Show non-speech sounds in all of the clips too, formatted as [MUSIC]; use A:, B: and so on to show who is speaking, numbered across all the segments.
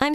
A: I'm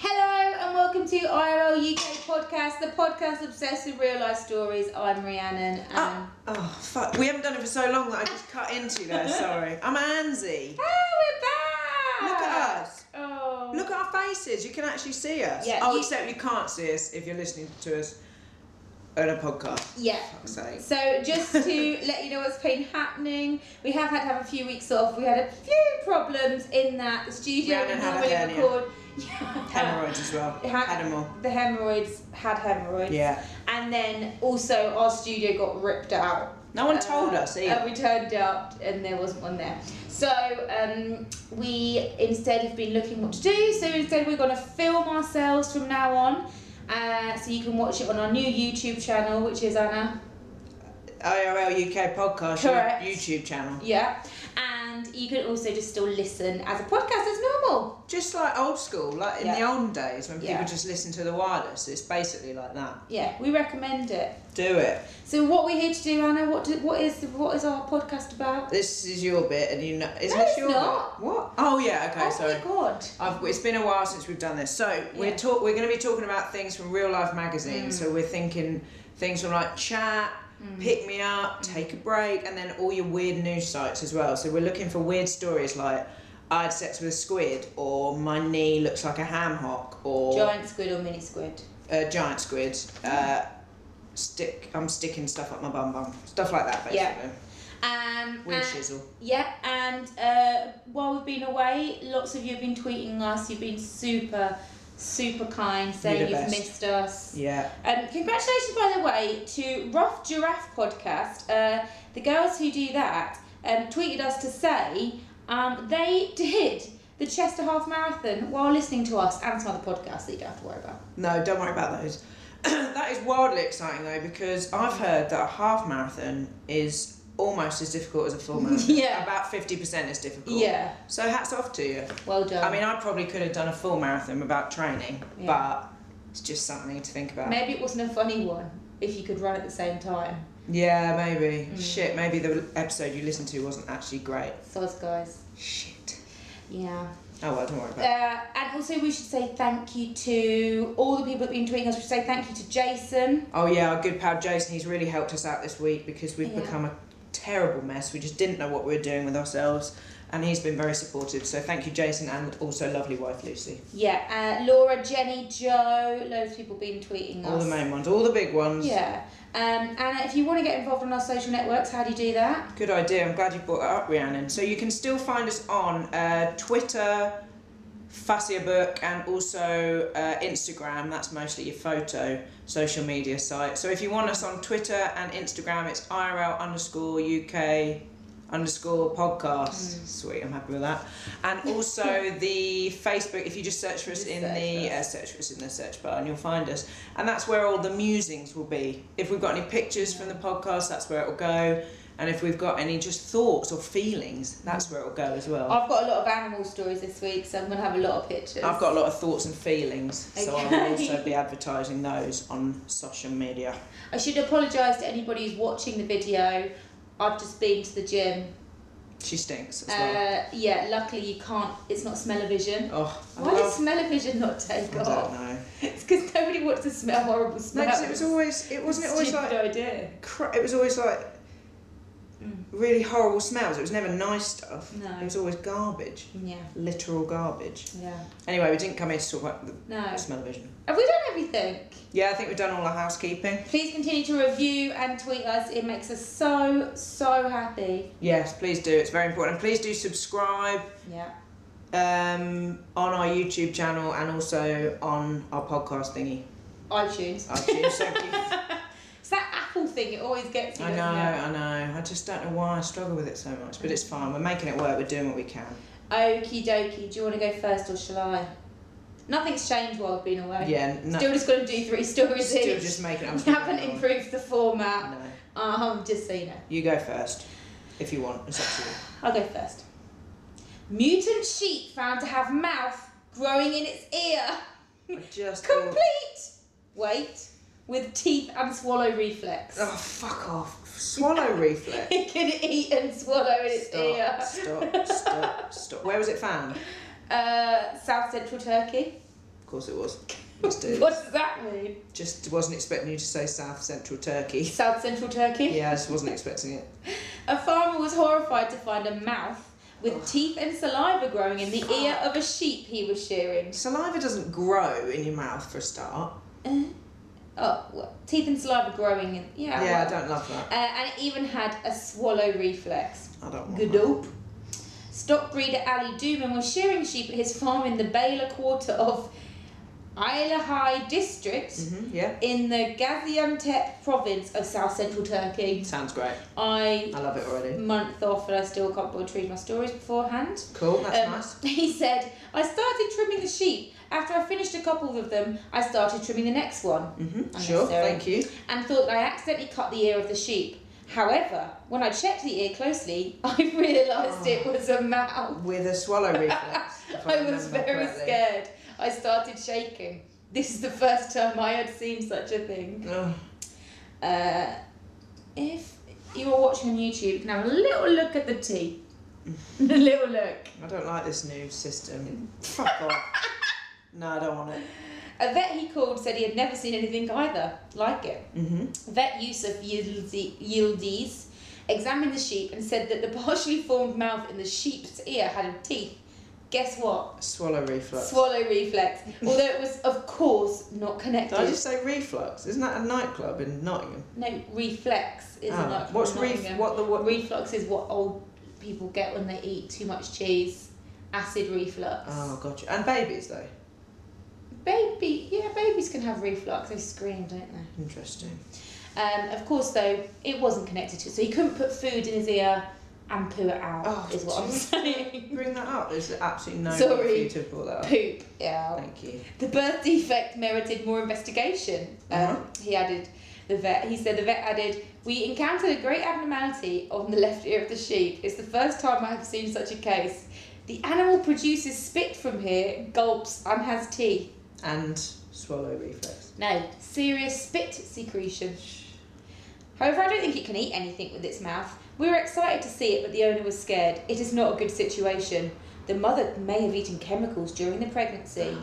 B: Hello and welcome to IRL UK podcast, the podcast obsessed with real life stories. I'm Rhiannon. And
C: Oh, oh, fuck. We haven't done it for so long that I just cut into
B: [LAUGHS]
C: there, sorry. I'm Anzi.
B: Oh, ah, we're back!
C: Look at us.
B: Oh.
C: Look at our faces. You can actually see us.
B: Yeah,
C: oh,
B: you-
C: except you can't see us if you're listening to us on a podcast.
B: Yeah.
C: Fuck's sake.
B: So just
C: [LAUGHS]
B: to let you know what's been happening, we have had to have a few weeks off. We had a few problems in that the studio
C: Rhiannon
B: we
C: had a
B: normally
C: hernia.
B: record. [LAUGHS]
C: Hemorrhoids as well.
B: Ha-
C: Had 'em all.
B: The hemorrhoids had hemorrhoids.
C: Yeah.
B: And then also our studio got ripped out.
C: No one told us either.
B: And Uh, we turned up and there wasn't one there. So um, we instead have been looking what to do. So instead we're going to film ourselves from now on. Uh, so you can watch it on our new YouTube channel, which is Anna.
C: IRL UK podcast.
B: Correct.
C: your YouTube channel.
B: Yeah. And you can also just still listen as a podcast as normal.
C: Just like old school, like in
B: Yeah.
C: the olden days when
B: Yeah.
C: people just listened to the wireless. It's basically like that.
B: Yeah, we recommend it.
C: Do it.
B: So what we're here to do, Anna? What do, what is what is our podcast about?
C: This is your bit, and you know. Is
B: No,
C: this
B: it's
C: your
B: not.
C: bit? What? Oh, yeah, okay,
B: oh
C: sorry.
B: my god.
C: I've, it's been a while since we've done this, so
B: Yeah. Mm.
C: we're talk, we're going to be talking about things from real life magazines. So we're thinking things from like chat, pick me up,
B: Mm.
C: take a break, and then all your weird news sites as well. So we're looking for weird stories like I had sex with a squid, or my knee looks like a ham hock, or
B: Giant squid or mini squid?
C: uh, giant squid. Uh, stick, I'm sticking stuff up my bum bum, stuff like that basically.
B: Yeah. Um,
C: Weird
B: and-
C: shizzle.
B: Yeah, and uh, while we've been away, lots of you have been tweeting us. You've been super, super kind, saying
C: the
B: you've
C: best.
B: missed us.
C: Yeah.
B: Um, congratulations, by the way, to Rough Giraffe Podcast. Uh, the girls who do that um, tweeted us to say um, they did the Chester Half Marathon while listening to us and some other podcasts that you don't have to worry about.
C: No, don't worry about those. [CLEARS THROAT] that is wildly exciting though because I've heard that a half marathon is almost as difficult as
B: [LAUGHS]
C: a full marathon.
B: Yeah.
C: About 50% as difficult.
B: Yeah.
C: So hats off to you.
B: Well done.
C: I mean, I probably could have done a full marathon without training,
B: Yeah.
C: but it's just something to think about.
B: Maybe it wasn't a funny one if you could run at the same time.
C: Yeah, maybe.
B: Mm.
C: Shit, maybe the episode you listened to wasn't actually great.
B: Soz, guys.
C: Shit.
B: Yeah.
C: Oh well, don't worry about it.
B: Uh, and also, we should say thank you to all the people that have been tweeting us. We should say thank you to Jason.
C: Oh yeah, our good pal Jason, he's really helped us out this week because we've
B: Yeah.
C: become a terrible mess. We just didn't know what we were doing with ourselves. And he's been very supportive. So thank you, Jason, and also lovely wife Lucy.
B: Yeah, uh, Laura, Jenny, Joe, loads of people been tweeting
C: All
B: us.
C: the main ones, all the big ones.
B: Yeah. Um, and if you want to get involved on our social networks, how do you do that?
C: Good idea. I'm glad you brought that up, Rhiannon. So you can still find us on uh, Twitter, Fassia Book, and also uh, Instagram. That's mostly your photo social media site. So if you want us on Twitter and Instagram, it's IRL underscore UK underscore podcast. Sweet, I'm happy with that. And also the Facebook. If you just search for us in
B: search
C: the
B: for
C: uh, search for us in the search bar, and you'll find us. And that's where all the musings will be. If we've got any pictures from the podcast, that's where it'll go. And if we've got any just thoughts or feelings, that's where it'll go as well.
B: I've got a lot of animal stories this week, so I'm going to have a lot of pictures.
C: I've got a lot of thoughts and feelings, so I will
B: Okay.
C: also be advertising those on social media.
B: I should apologise to anybody who's watching the video. I've just been to the gym.
C: She stinks as well.
B: Uh, yeah, luckily you can't, it's not smell-o-vision.
C: oh, I
B: Why
C: love-
B: does smell-o-vision not take
C: I
B: off?
C: don't know.
B: It's because nobody wants to smell horrible
C: No,
B: smells.
C: 'cause it was always. It wasn't it always
B: Stupid
C: like.
B: idea.
C: Cra- it was always like. Really horrible smells. It was never nice stuff.
B: Mm. No.
C: It was always garbage.
B: Yeah,
C: Literal garbage.
B: yeah.
C: Anyway, we didn't come here to talk about the
B: No.
C: smell of vision.
B: Have we done everything?
C: Yeah, I think we've done all our housekeeping.
B: Please continue to review and tweet us. It makes us so so happy.
C: Yes, please do. It's very important. And please do subscribe
B: Yeah.
C: um, on our YouTube channel and also on our podcast thingy.
B: iTunes.
C: iTunes. Thank you.
B: [LAUGHS] It's that Apple thing. It always gets me.
C: I know,
B: doesn't
C: I know. I just don't know why I struggle with it so much, but it's fine. We're making it work. We're doing what we can.
B: it? Okie dokie. Do you want to go first or shall I? Nothing's changed while I've been away.
C: Yeah, no-
B: Still just got to do three stories
C: Still
B: each.
C: just making up
B: We
C: stuff
B: [LAUGHS] haven't
C: going on.
B: improved the format.
C: No.
B: Um, just so you know.
C: You go first, if you want. It's up to you.
B: I'll go first. Mutant sheep found to have mouth growing in its ear. [LAUGHS]
C: just
B: Complete. Wait. With teeth and swallow reflex.
C: Oh, fuck off. Swallow reflex.
B: [LAUGHS] It can eat and swallow in its ear. [LAUGHS]
C: Stop, stop, stop, stop. Where was it found? Of
B: Uh, South Central Turkey.
C: course it was. Just,
B: What does that mean?
C: just wasn't expecting you to say South Central Turkey.
B: [LAUGHS] South Central Turkey.
C: Yeah, I just wasn't expecting it.
B: A farmer was horrified to find a mouth with teeth and saliva growing in the ear of a sheep he was shearing.
C: Saliva doesn't grow in your mouth for a start.
B: Oh, well, teeth and saliva growing in. Yeah.
C: Yeah, I
B: well.
C: don't love that.
B: Uh, and it even had a swallow reflex.
C: I don't want
B: Good
C: that.
B: dope. Stock breeder Ali Dooman was shearing sheep at his farm in the Baylor quarter of Ilahai district
C: Mhm, Yeah,
B: in the Gaziantep province of south central Turkey.
C: sounds great.
B: I
C: I love it already.
B: month off and I still can't bother to read my stories beforehand.
C: Cool, that's
B: Um,
C: nice.
B: [LAUGHS] He said, I started trimming the sheep. After I finished a couple of them, I started trimming the next one. Mm-hmm.
C: Sure, thank you.
B: And thought I accidentally cut the ear of the sheep. However, when I checked the ear closely, [LAUGHS] I realised it was a mouth.
C: With a
B: [LAUGHS]
C: swallow reflex. if
B: I was
C: remember
B: very
C: correctly.
B: scared. I started shaking. This is the first time I had seen such a thing.
C: Ugh.
B: Uh, if you are watching on YouTube, you can have a little look at the teeth. [LAUGHS] a little look.
C: I don't like this new system. Fuck
B: [LAUGHS]
C: off. No, I don't want it.
B: A vet he called said he had never seen anything either like it. Mm-hmm. Vet Yusuf Yildi- Yildiz examined the sheep and said that the partially formed mouth in the sheep's ear had teeth. Guess what?
C: Swallow reflux.
B: Swallow reflex. Although it was, of course, not connected.
C: Did I just say reflux? Isn't that a nightclub in Nottingham?
B: No, reflex is
C: Ah,
B: not.
C: what's
B: not
C: ref-
B: even-
C: what the- what-
B: reflux is what old people get when they eat too much cheese. Acid reflux.
C: Oh, gotcha. And babies, though.
B: Baby, yeah, babies can have reflux. They scream, don't they?
C: Interesting.
B: Um, of course, though, it wasn't connected to it, so he couldn't put food in his ear and poo it out,
C: Oh,
B: is what I'm
C: geez.
B: [LAUGHS] saying.
C: Bring that up. There's absolutely no
B: Sorry.
C: need for you to have brought that up.
B: Poop out.
C: Thank you.
B: The birth defect merited more investigation, um, he added. The vet, he said, the vet added, we encountered a great abnormality on the left ear of the sheep. It's the first time I have seen such a case. The animal produces spit from here, gulps, and has teeth.
C: And swallow reflex.
B: No, serious spit secretion. However, I don't think it can eat anything with its mouth. We were excited to see it, but the owner was scared. It is not a good situation. The mother may have eaten chemicals during the pregnancy.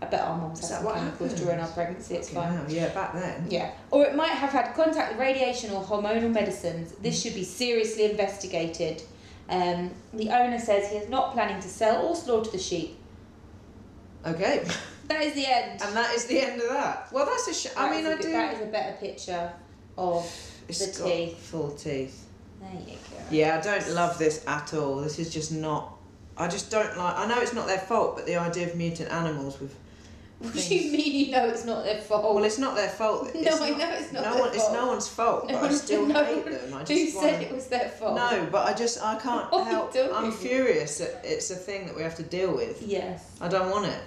B: I bet our mums
C: Is
B: had
C: that
B: some
C: what
B: chemicals
C: happened?
B: during our pregnancy, it's fine.
C: Wow, yeah, back then.
B: Yeah. Or it might have had contact with radiation or hormonal medicines. This should be seriously investigated. Um, the owner says he is not planning to sell or slaughter the sheep.
C: Okay.
B: That is the end.
C: and that is the end of that. Well, that's a sh- I
B: That
C: mean,
B: is a
C: I
B: bit- That
C: do.
B: is a better picture of
C: It's
B: the
C: got
B: teeth.
C: full teeth.
B: There you go.
C: Yeah, I don't love this at all. This is just not. I just don't like. I know it's not their fault, but the idea of mutant animals with.
B: [LAUGHS] What do you mean you know it's not their fault?
C: Well, it's not
B: [LAUGHS]
C: their fault.
B: No, I know it's not
C: No
B: their
C: one. It's no
B: fault.
C: one's
B: [LAUGHS]
C: fault.
B: No
C: but I
B: one-
C: still
B: no
C: hate
B: one-
C: them. I just
B: Who said
C: wanna-
B: it was their fault?
C: No, but I just I
B: [LAUGHS]
C: can't
B: Oh,
C: help.
B: don't
C: I'm
B: you?
C: furious that it's a thing that we have to deal with.
B: Yes.
C: I don't want it,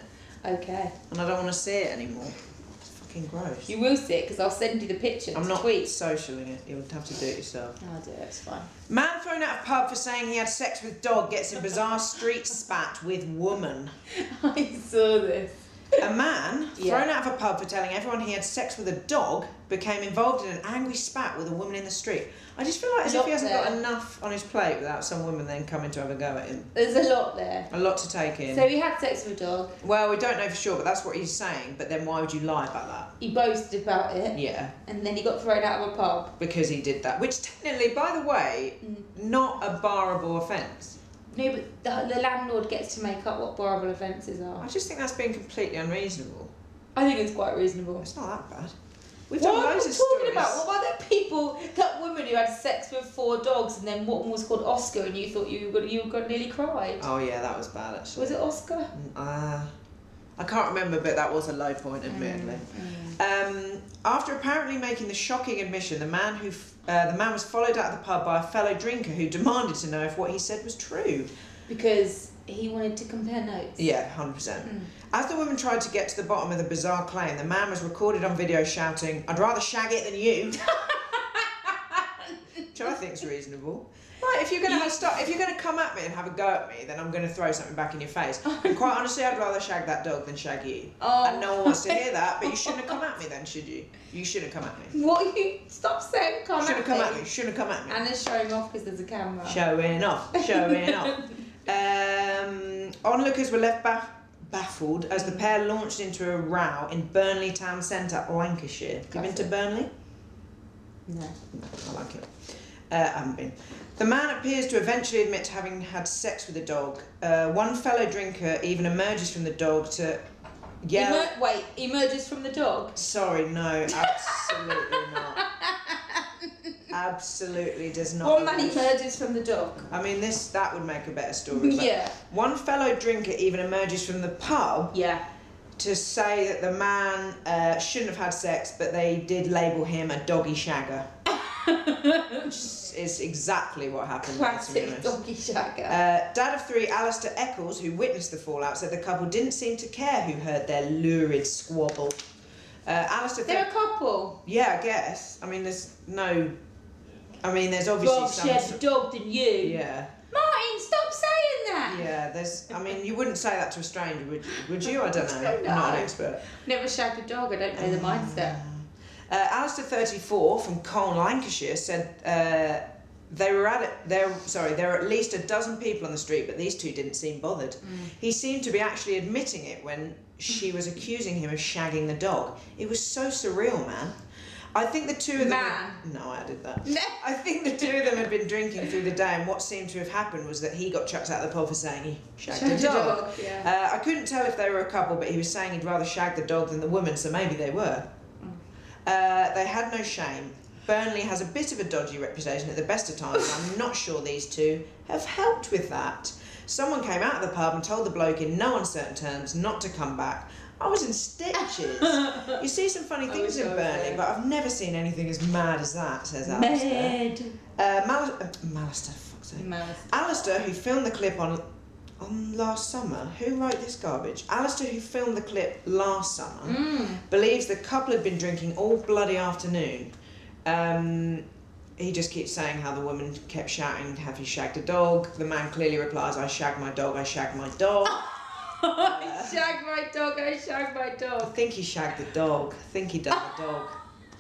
B: Okay.
C: and I don't want to see it anymore. It's fucking gross.
B: You will see it because I'll send you the picture.
C: I'm
B: to
C: not
B: Tweet.
C: socialing it. You'll have to do it yourself.
B: No, I'll do it. It's fine. [LAUGHS]
C: Man thrown out of pub for saying he had sex with dog gets in bizarre street spat with woman.
B: I saw this.
C: A man
B: Yeah.
C: thrown out of a pub for telling everyone he had sex with a dog became involved in an angry spat with a woman in the street. I just feel like as if
B: Not
C: he hasn't got
B: there.
C: enough on his plate without some woman then coming to have a go at him.
B: There's a lot there.
C: A lot to take in.
B: So he had sex with a dog.
C: well, we don't know for sure, but that's what he's saying. But then why would you lie about that?
B: He boasted about it,
C: Yeah,
B: and then he got thrown out of a pub.
C: because he did that. Which technically, by the way,
B: Mm.
C: not a barable offence.
B: No, but the, the landlord gets to make up what horrible offences
C: I
B: are.
C: just think that's being completely unreasonable.
B: I think it's quite reasonable.
C: It's not that bad. We've
B: What
C: done
B: are we
C: loads
B: talking
C: of stories.
B: about? What about that people, that woman who had sex with four dogs, and then one was called Oscar, and you thought you were gonna, you were gonna nearly cried?
C: Oh yeah, that was bad actually.
B: Was it Oscar?
C: Uh, I can't remember, but that was a low point, admittedly.
B: Mm,
C: Um, after apparently making the shocking admission, the man who f- uh, the man was followed out of the pub by a fellow drinker who demanded to know if what he said was true.
B: because he wanted to compare notes.
C: Yeah, 100%.
B: Hmm.
C: As the woman tried to get to the bottom of the bizarre claim, the man was recorded on video shouting, I'd rather shag it
B: [LAUGHS]
C: than you. Which I think's reasonable. Like, if you're gonna have start, if you're gonna come at me and have a go at me, then I'm gonna throw something back in
B: [LAUGHS]
C: your face. And quite honestly, I'd rather shag that dog than shag you.
B: Oh
C: and no one wants to hear that. But you shouldn't have come at me then, should you? You shouldn't have come
B: [LAUGHS]
C: at me.
B: What you stop saying? Come
C: Shouldn't
B: at
C: have come at
B: me.
C: me. Shouldn't have come at me.
B: Anna's showing off because there's a camera.
C: Showing off,
B: [LAUGHS]
C: showing off. Um, onlookers were left baff- baffled as the pair launched into a row in Burnley town centre, Lancashire. Have you been to
B: Classic.
C: Burnley?
B: no.
C: I like it. Uh, I haven't been. The man appears to eventually admit to having had sex with a dog. Uh, one fellow drinker even emerges from the dog to yell.
B: Emer- wait, emerges from the dog.
C: Sorry, no,
B: [LAUGHS]
C: absolutely not. Absolutely does not.
B: One man
C: emerge.
B: emerges from the dog.
C: I mean, this that would make a better story. but
B: Yeah.
C: One fellow drinker even emerges from the pub
B: Yeah.
C: to say that the man uh, shouldn't have had sex, but they did label him a
B: [LAUGHS]
C: doggy shagger. Which is exactly what happened. to be
B: Classic
C: honest.
B: doggy shagger.
C: Uh, dad of three, Alistair Eccles, who witnessed the fallout, said the couple didn't seem to care who heard their lurid squabble. Uh, Alistair,
B: They're a couple.
C: yeah, I guess. I mean, there's no. I mean, there's obviously
B: Rob
C: some.
B: shares a dog than you.
C: Yeah.
B: Martin, stop saying that.
C: Yeah, there's. I mean, you wouldn't say that to a stranger, would you? Would you? I don't know.
B: don't
C: I'm not an
B: know.
C: expert.
B: Never shagged a dog. I don't know the mindset.
C: Uh, Alistair, 34, from Colne, Lancashire, said uh, they were at it. There, sorry, there were at least a dozen people on the street, but these two didn't seem bothered.
B: Mm.
C: He seemed to be actually admitting it when she was accusing him of shagging the dog. It was so surreal, man. I think the two of them.
B: Man.
C: No, I did that. [LAUGHS] I think the two of them had been drinking through the day, and what seemed to have happened was that he got chucked out of the pub for saying he shagged,
B: Shagged
C: a
B: a
C: dog.
B: dog, yeah.
C: Uh, I couldn't tell if they were a couple, but he was saying he'd rather shag the dog than the woman, so maybe they were. Uh, they had no shame. Burnley has a bit of a dodgy reputation at the best of times, and I'm not sure these two have helped with that. Someone came out of the pub and told the bloke in no uncertain terms not to come back. I was in stitches. you see some funny things in Burnley, but I've never seen anything as mad as that, says Alistair.
B: Mad.
C: Uh, Mal- uh, Malister, fuck's sake.
B: Malister.
C: Alistair, who filmed the clip on on last summer, who wrote this garbage? Alistair, who filmed the clip last summer, believes the couple had been drinking all bloody afternoon. Um, he just keeps saying how the woman kept shouting, "Have you shagged a dog?" The man clearly replies, "I shagged my dog. I shagged my dog."
B: I shag my dog. I shag my
C: I
B: dog.
C: think he shagged the dog. I think he done the dog.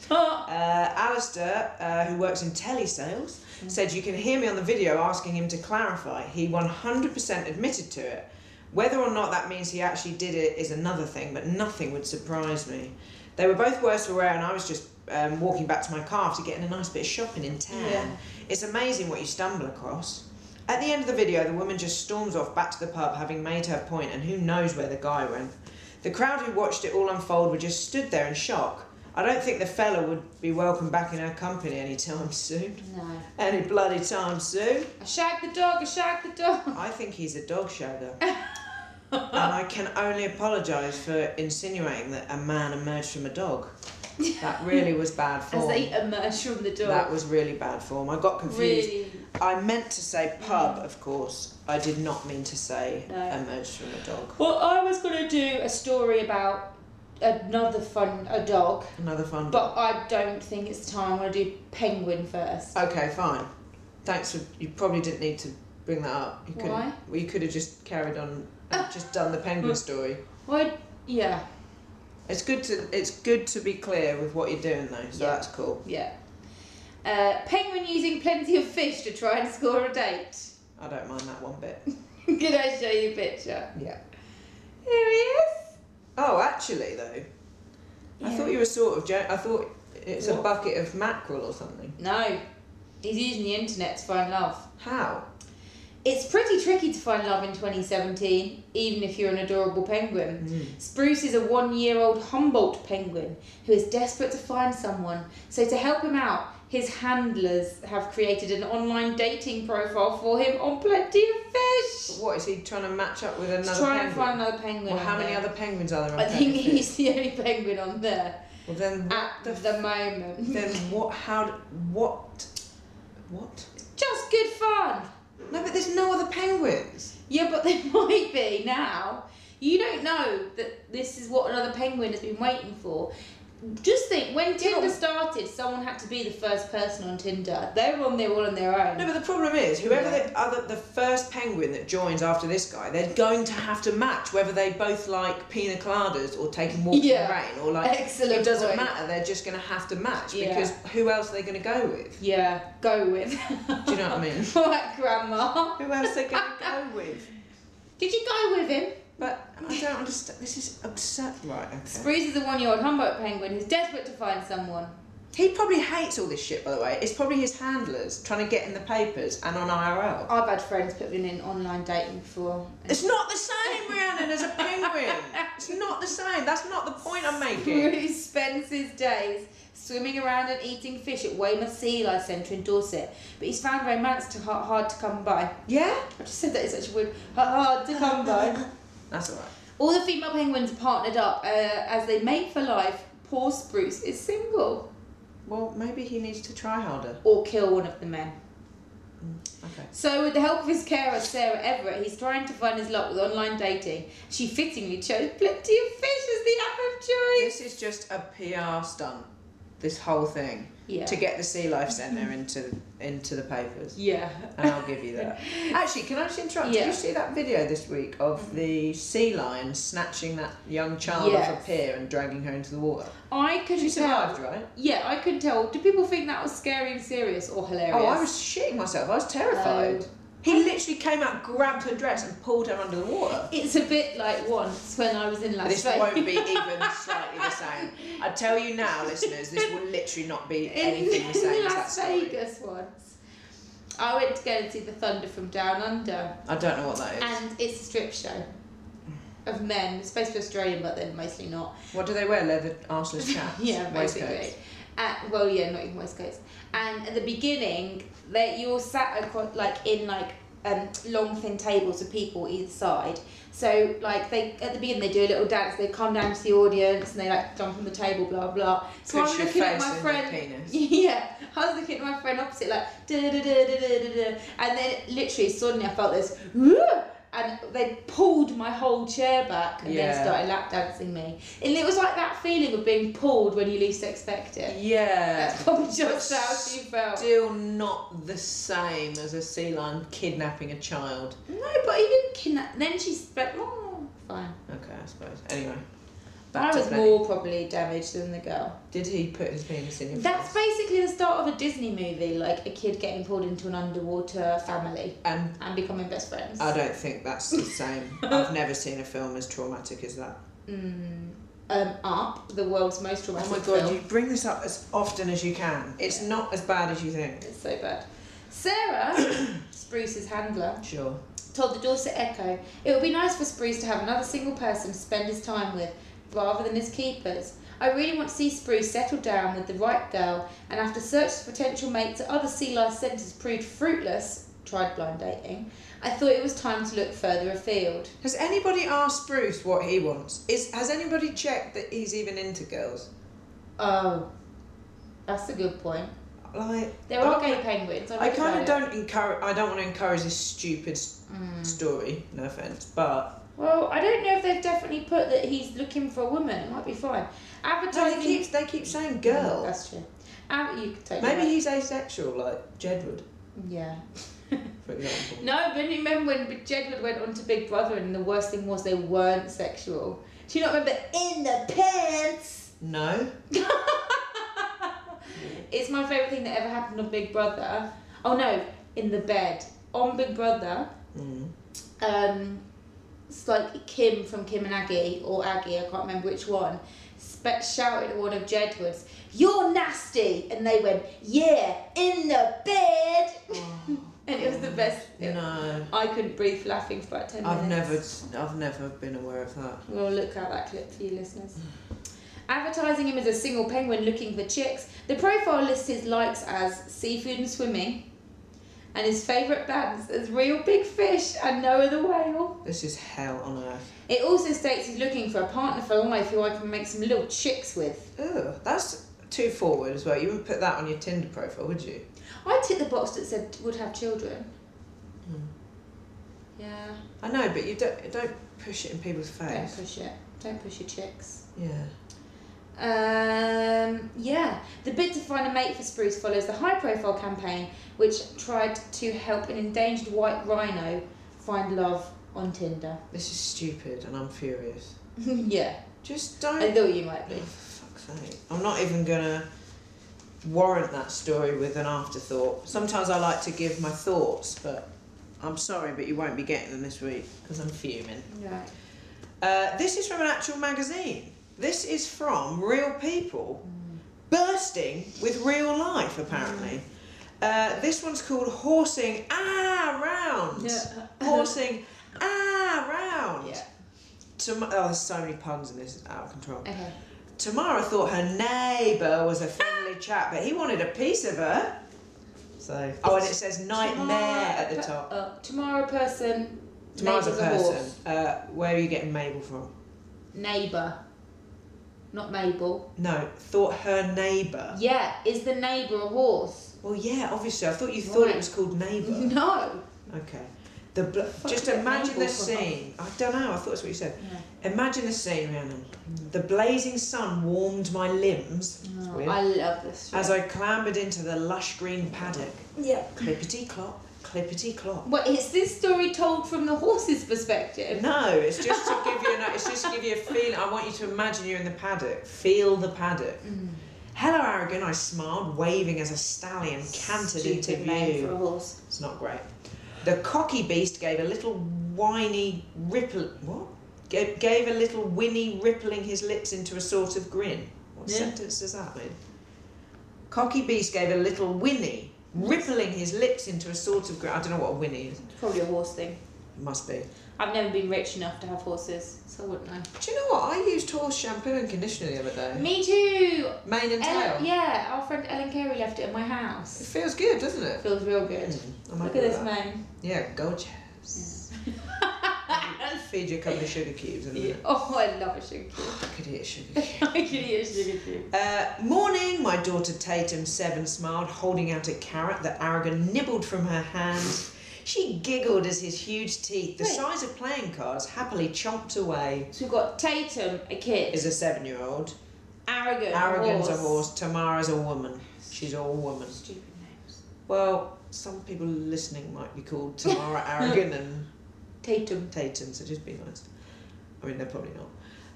C: Uh, Alistair, uh, who works in telesales, said you can hear me on the video asking him to clarify. He 100% admitted to it. Whether or not that means he actually did it is another thing, but nothing would surprise me. They were both worse for wear, and I was just um, walking back to my car after getting a nice bit of shopping in town.
B: Yeah.
C: It's amazing what you stumble across. At the end of the video, the woman just storms off back to the pub, having made her point, and who knows where the guy went. The crowd who watched it all unfold were just stood there in shock. I don't think the fella would be welcome back in our company anytime soon.
B: No.
C: Any bloody time soon.
B: I shag the dog. I shag the dog.
C: I think he's a dog shagger. and I can only apologise for insinuating that a man emerged from a dog. That really was bad form.
B: As they emerge from the dog.
C: That was really bad form. I got confused.
B: Really?
C: I meant to say pub, of course. I did not mean to say emerged from a dog.
B: Well, I was going to do a story about another fun a dog,
C: Another fun.
B: but I don't think it's time. I'm going to do penguin first.
C: okay, fine. Thanks for. You probably didn't need to bring that up. You could.
B: Why? Ah. Hmm.
C: Well, you could have just carried on, and just done the penguin story.
B: Why? Yeah.
C: It's good to. It's good to be clear with what you're doing though. So
B: Yeah.
C: that's cool.
B: Yeah. Uh, penguin using plenty of fish to try and score a date. [LAUGHS]
C: I don't mind that one bit.
B: Can I show you a picture?
C: yeah.
B: Here he is.
C: Oh, actually though, I thought you were sort of. Jo- I thought it's a
B: What?
C: bucket of mackerel or something.
B: No, he's using the internet to find love.
C: How?
B: It's pretty tricky to find love in 2017, even if you're an adorable penguin.
C: Hmm.
B: Spruce is a one year old Humboldt penguin who is desperate to find someone. So, to help him out, his handlers have created an online dating profile for him on Plenty of Fish.
C: What is he trying to match up with another?
B: He's trying
C: penguin?
B: to find another penguin.
C: Well, how
B: on
C: many
B: there.
C: other penguins are there? On
B: I think
C: Plenty of Fish?
B: he's the only penguin on there
C: Well, then what
B: at
C: the,
B: the,
C: f-
B: moment.
C: then what? How? d- What? What?
B: Just good fun.
C: No, but there's no other penguins.
B: Yeah, but [LAUGHS] there might be now. You don't know that this is what another penguin has been waiting for. Just think, when Tinder started, someone had to be the first person on Tinder. They were on there all on their own.
C: No, but the problem is, whoever
B: Yeah.
C: the other, the first penguin that joins after this guy, they're going to have to match whether they both like pina coladas or taking walks
B: Yeah.
C: in the rain or like.
B: Excellent
C: It doesn't
B: point.
C: matter. They're just going to have to match
B: Yeah.
C: because who else are they going to go with?
B: yeah, go with. [LAUGHS]
C: Do you know what I mean?
B: All right, Grandma.
C: Who else are they [LAUGHS] going to go with?
B: [LAUGHS] Did you go with him?
C: But I don't understand. This is absurd. Right. Okay.
B: Breeze is a one-year-old Humboldt penguin who's desperate to find someone.
C: He probably hates all this shit, by the way. It's probably his handlers trying to get in the papers and on IRL.
B: I've had friends put me in online dating before.
C: It's not the same, Rhiannon, as a penguin. It's not the same. That's not the point I'm making.
B: [LAUGHS] Who spends his days swimming around and eating fish at Weymouth Sea Life Centre in Dorset, but he's found romance to hard, hard to come by.
C: Yeah?
B: I just said that it's such a word. Hard to come
C: [LAUGHS]
B: by.
C: That's alright.
B: All the female penguins are partnered up uh, as they mate for life. Poor Spruce is single,
C: Well, maybe he needs to try harder.
B: or kill one of the men.
C: Okay.
B: So, with the help of his carer Sarah Everett, he's trying to find his luck with online dating. She fittingly chose plenty of fish as the app of choice.
C: This is just a PR stunt. This whole thing.
B: Yeah.
C: To get the Sea Life Centre into into the papers.
B: Yeah.
C: And I'll give you that. Actually, can I just interrupt? Did
B: Yeah.
C: you see that video this week of the sea lion snatching that young child off
B: Yes.
C: a pier and dragging her into the water?
B: I couldn't
C: She
B: tell.
C: survived, right?
B: Yeah, I couldn't tell. Do people think that was scary and serious or hilarious? Um,
C: Oh, I was shitting myself. I was terrified.
B: No.
C: He literally came out, grabbed her dress, and pulled her under the water.
B: It's a bit like once when I was in Las
C: This
B: Vegas.
C: won't be even slightly the same. I tell you now, listeners, this will literally not be anything the same
B: [LAUGHS] in
C: as that
B: Las
C: story.
B: Vegas once. I went to go and see the Thunder from Down Under,
C: I don't know what that is.
B: and it's a strip show of men. It's supposed to be Australian, but then mostly not.
C: what do they wear? Leather
B: [LAUGHS]
C: arseless chaps?
B: Yeah, basically.
C: Waistcoats?
B: Uh, well, yeah, not even waistcoats. And at the beginning, that you're sat across, like in like um, long thin tables with people either side. So like they at the beginning they do a little dance. They come down to the audience and they like jump on the table, blah blah. So
C: Push
B: I'm
C: your
B: looking at
C: face
B: my
C: in
B: friend.
C: their penis.
B: [LAUGHS] Yeah, I was looking at my friend opposite, like da da da da da da da, and then literally suddenly I felt this. [LAUGHS] "Whoa!" And they pulled my whole chair back and
C: Yeah.
B: then started lap dancing me. And it was like that feeling of being pulled when you least expect it.
C: Yeah.
B: That's probably just how she felt.
C: Still not the same as a sea lion kidnapping a child.
B: No, but he didn't kidnap. Then she spread. Oh, fine.
C: Okay, I suppose. Anyway.
B: I
C: to
B: was
C: Benny.
B: more probably damaged than the girl.
C: Did he put his penis in your
B: That's
C: face?
B: basically the start of a Disney movie, like a kid getting pulled into an underwater family
C: And
B: and becoming best friends.
C: I don't think that's
B: [LAUGHS]
C: the same. I've never seen a film as traumatic as that.
B: um, Up, the world's most
C: Oh
B: traumatic
C: my god,
B: film.
C: you bring this up as often as you can. It's not as bad as you think.
B: It's so bad. Sarah, [COUGHS] Spruce's handler,
C: Sure.
B: told the Dorset Echo it would be nice for Spruce to have another single person to spend his time with rather than his keepers. I really want to see Spruce settle down with the right girl, and after searches for potential mates at other sea life centres proved fruitless, tried blind dating, I thought it was time to look further afield.
C: Has anybody asked Bruce what he wants? Is has anybody checked that he's even into girls?
B: Oh, that's a good point.
C: Like
B: There
C: I
B: are
C: don't
B: gay
C: wanna-
B: penguins. I,
C: I
B: read about
C: kind of
B: it. Mm.
C: don't encourage. I don't want to encourage this stupid s story. No offense, but
B: Well, I don't know if they've definitely put that he's looking for a woman. It might be fine.
C: no,
B: Advertising.
C: they keep they keep saying
B: Mm,
C: girl.
B: That's true. Ad- you could take
C: Maybe
B: that.
C: he's asexual, like Jedward,
B: Yeah. [LAUGHS]
C: for example.
B: no, but remember when Jedward went on to Big Brother and the worst thing was they weren't sexual. Do you not remember in the pants?
C: No.
B: It's my favourite thing that ever happened on Big Brother. Oh no, in the bed. On Big Brother,
C: Mm.
B: um, it's like Kim from Kim and Aggie, or Aggie, I can't remember which one, spe- shouted at one of Jedward's, You're nasty! And they went, Yeah, in the bed!
C: Oh.
B: [LAUGHS] and it was the best.
C: No.
B: I couldn't breathe for laughing for about 10
C: I've
B: minutes.
C: never, I've never been aware of that.
B: We'll look out that clip for you listeners. Advertising him as a single penguin looking for chicks, the profile lists his likes as seafood and swimming, and his favourite bands as real big fish and no other whale.
C: This is hell on earth.
B: It also states he's looking for a partner for life who I can make some little chicks with.
C: Ugh, that's too forward as well. You wouldn't put that on your Tinder profile, would you?
B: I ticked the box that said would have children. Yeah.
C: I know, but you don't don't push it in people's
B: Don't
C: face.
B: push it. Don't push your chicks.
C: Yeah.
B: Um, yeah. The bid to find a mate for Spruce follows the high profile campaign, which tried to help an endangered white rhino find love on Tinder. [LAUGHS]
C: This is stupid, and I'm furious.
B: yeah.
C: Just don't.
B: I thought you might
C: Oh,
B: be.
C: for fuck's sake. I'm not even gonna warrant that story with an afterthought. Sometimes I like to give my thoughts, but I'm sorry, but you won't be getting them this week because I'm fuming.
B: Right.
C: Uh, this is from an actual magazine. This is from real people bursting with real life,
B: Mm.
C: apparently. Uh, this one's called Horsing Around.
B: Yeah. [LAUGHS]
C: Horsing Around.
B: Yeah.
C: Tom- oh, there's so many puns in this, it's out of control.
B: Okay.
C: Tamara thought her neighbour was a friendly
B: Ah!
C: chap, but he wanted a piece of her. So. Oh, and it says nightmare at the
B: Tomorrow-
C: top.
B: Uh, tomorrow person.
C: Tamara's a
B: neighbour's
C: person.
B: horse.
C: Uh, where are you getting Mabel from?
B: Neighbour. Not Mabel.
C: No, thought her neighbour.
B: Yeah. Is the neighbour a
C: [LAUGHS]
B: horse?
C: Well, yeah, obviously. I thought you thought it
B: Right.
C: was
B: [LAUGHS]
C: called neighbour.
B: No.
C: okay. The bl- just
B: is it
C: imagine the
B: Mabel for?
C: scene. I don't know. I thought that's what you said. Imagine the scene, Rhiannon. The blazing sun warmed my limbs. It's
B: Mm. Oh,
C: weird.
B: I love this.
C: as
B: one.
C: I clambered into the lush green paddock.
B: Yeah.
C: Clippity clop, clippity clop.
B: Well, is this story told from the horse's perspective?
C: No, it's just to give you an, it's just to give you a feeling. I want you to imagine you're in the paddock, feel the paddock.
B: Mm-hmm.
C: Hello, Aragon, I smiled, waving as a stallion cantered into
B: Stupid name for a
C: view.
B: horse.
C: It's not great. The cocky beast gave a little whiny ripple. What? Gave, gave a little whinny, rippling his lips into a sort of grin. What
B: Yeah.
C: sentence does that mean? Cocky beast gave a little whinny, rippling his lips into a sort of grin. I don't know what a whinny is.
B: It's probably a horse thing.
C: It must be.
B: I've never been rich enough to have horses, so I wouldn't know.
C: Do you know what? I used horse shampoo and conditioner the other day.
B: Me too.
C: Mane and tail.
B: Ellen, yeah, our friend Ellen Carey left it at my house.
C: It feels good, doesn't it?
B: Feels real good.
C: I might
B: Look
C: do
B: at this
C: that.
B: man. [LAUGHS]
C: Yeah, gorgeous. Feed you a couple of sugar cubes in a minute.
B: Oh, I love a sugar cube.
C: I could eat a sugar cube.
B: [LAUGHS] I could eat a sugar cube.
C: Uh, morning, my daughter Tatum, seven, smiled, holding out a carrot that Aragon nibbled from her hand. She giggled as his huge teeth, the
B: Wait.
C: size of playing cards, happily chomped away.
B: So we've got Tatum, a kid.
C: Is a seven year old.
B: Arrogant.
C: Aragon's
B: horse.
C: a horse. Tamara's a woman. She's all woman.
B: Stupid names.
C: Well, some people listening might be called Tamara Aragon and
B: Tatum.
C: Tatum, so just be nice. I mean, they're probably not.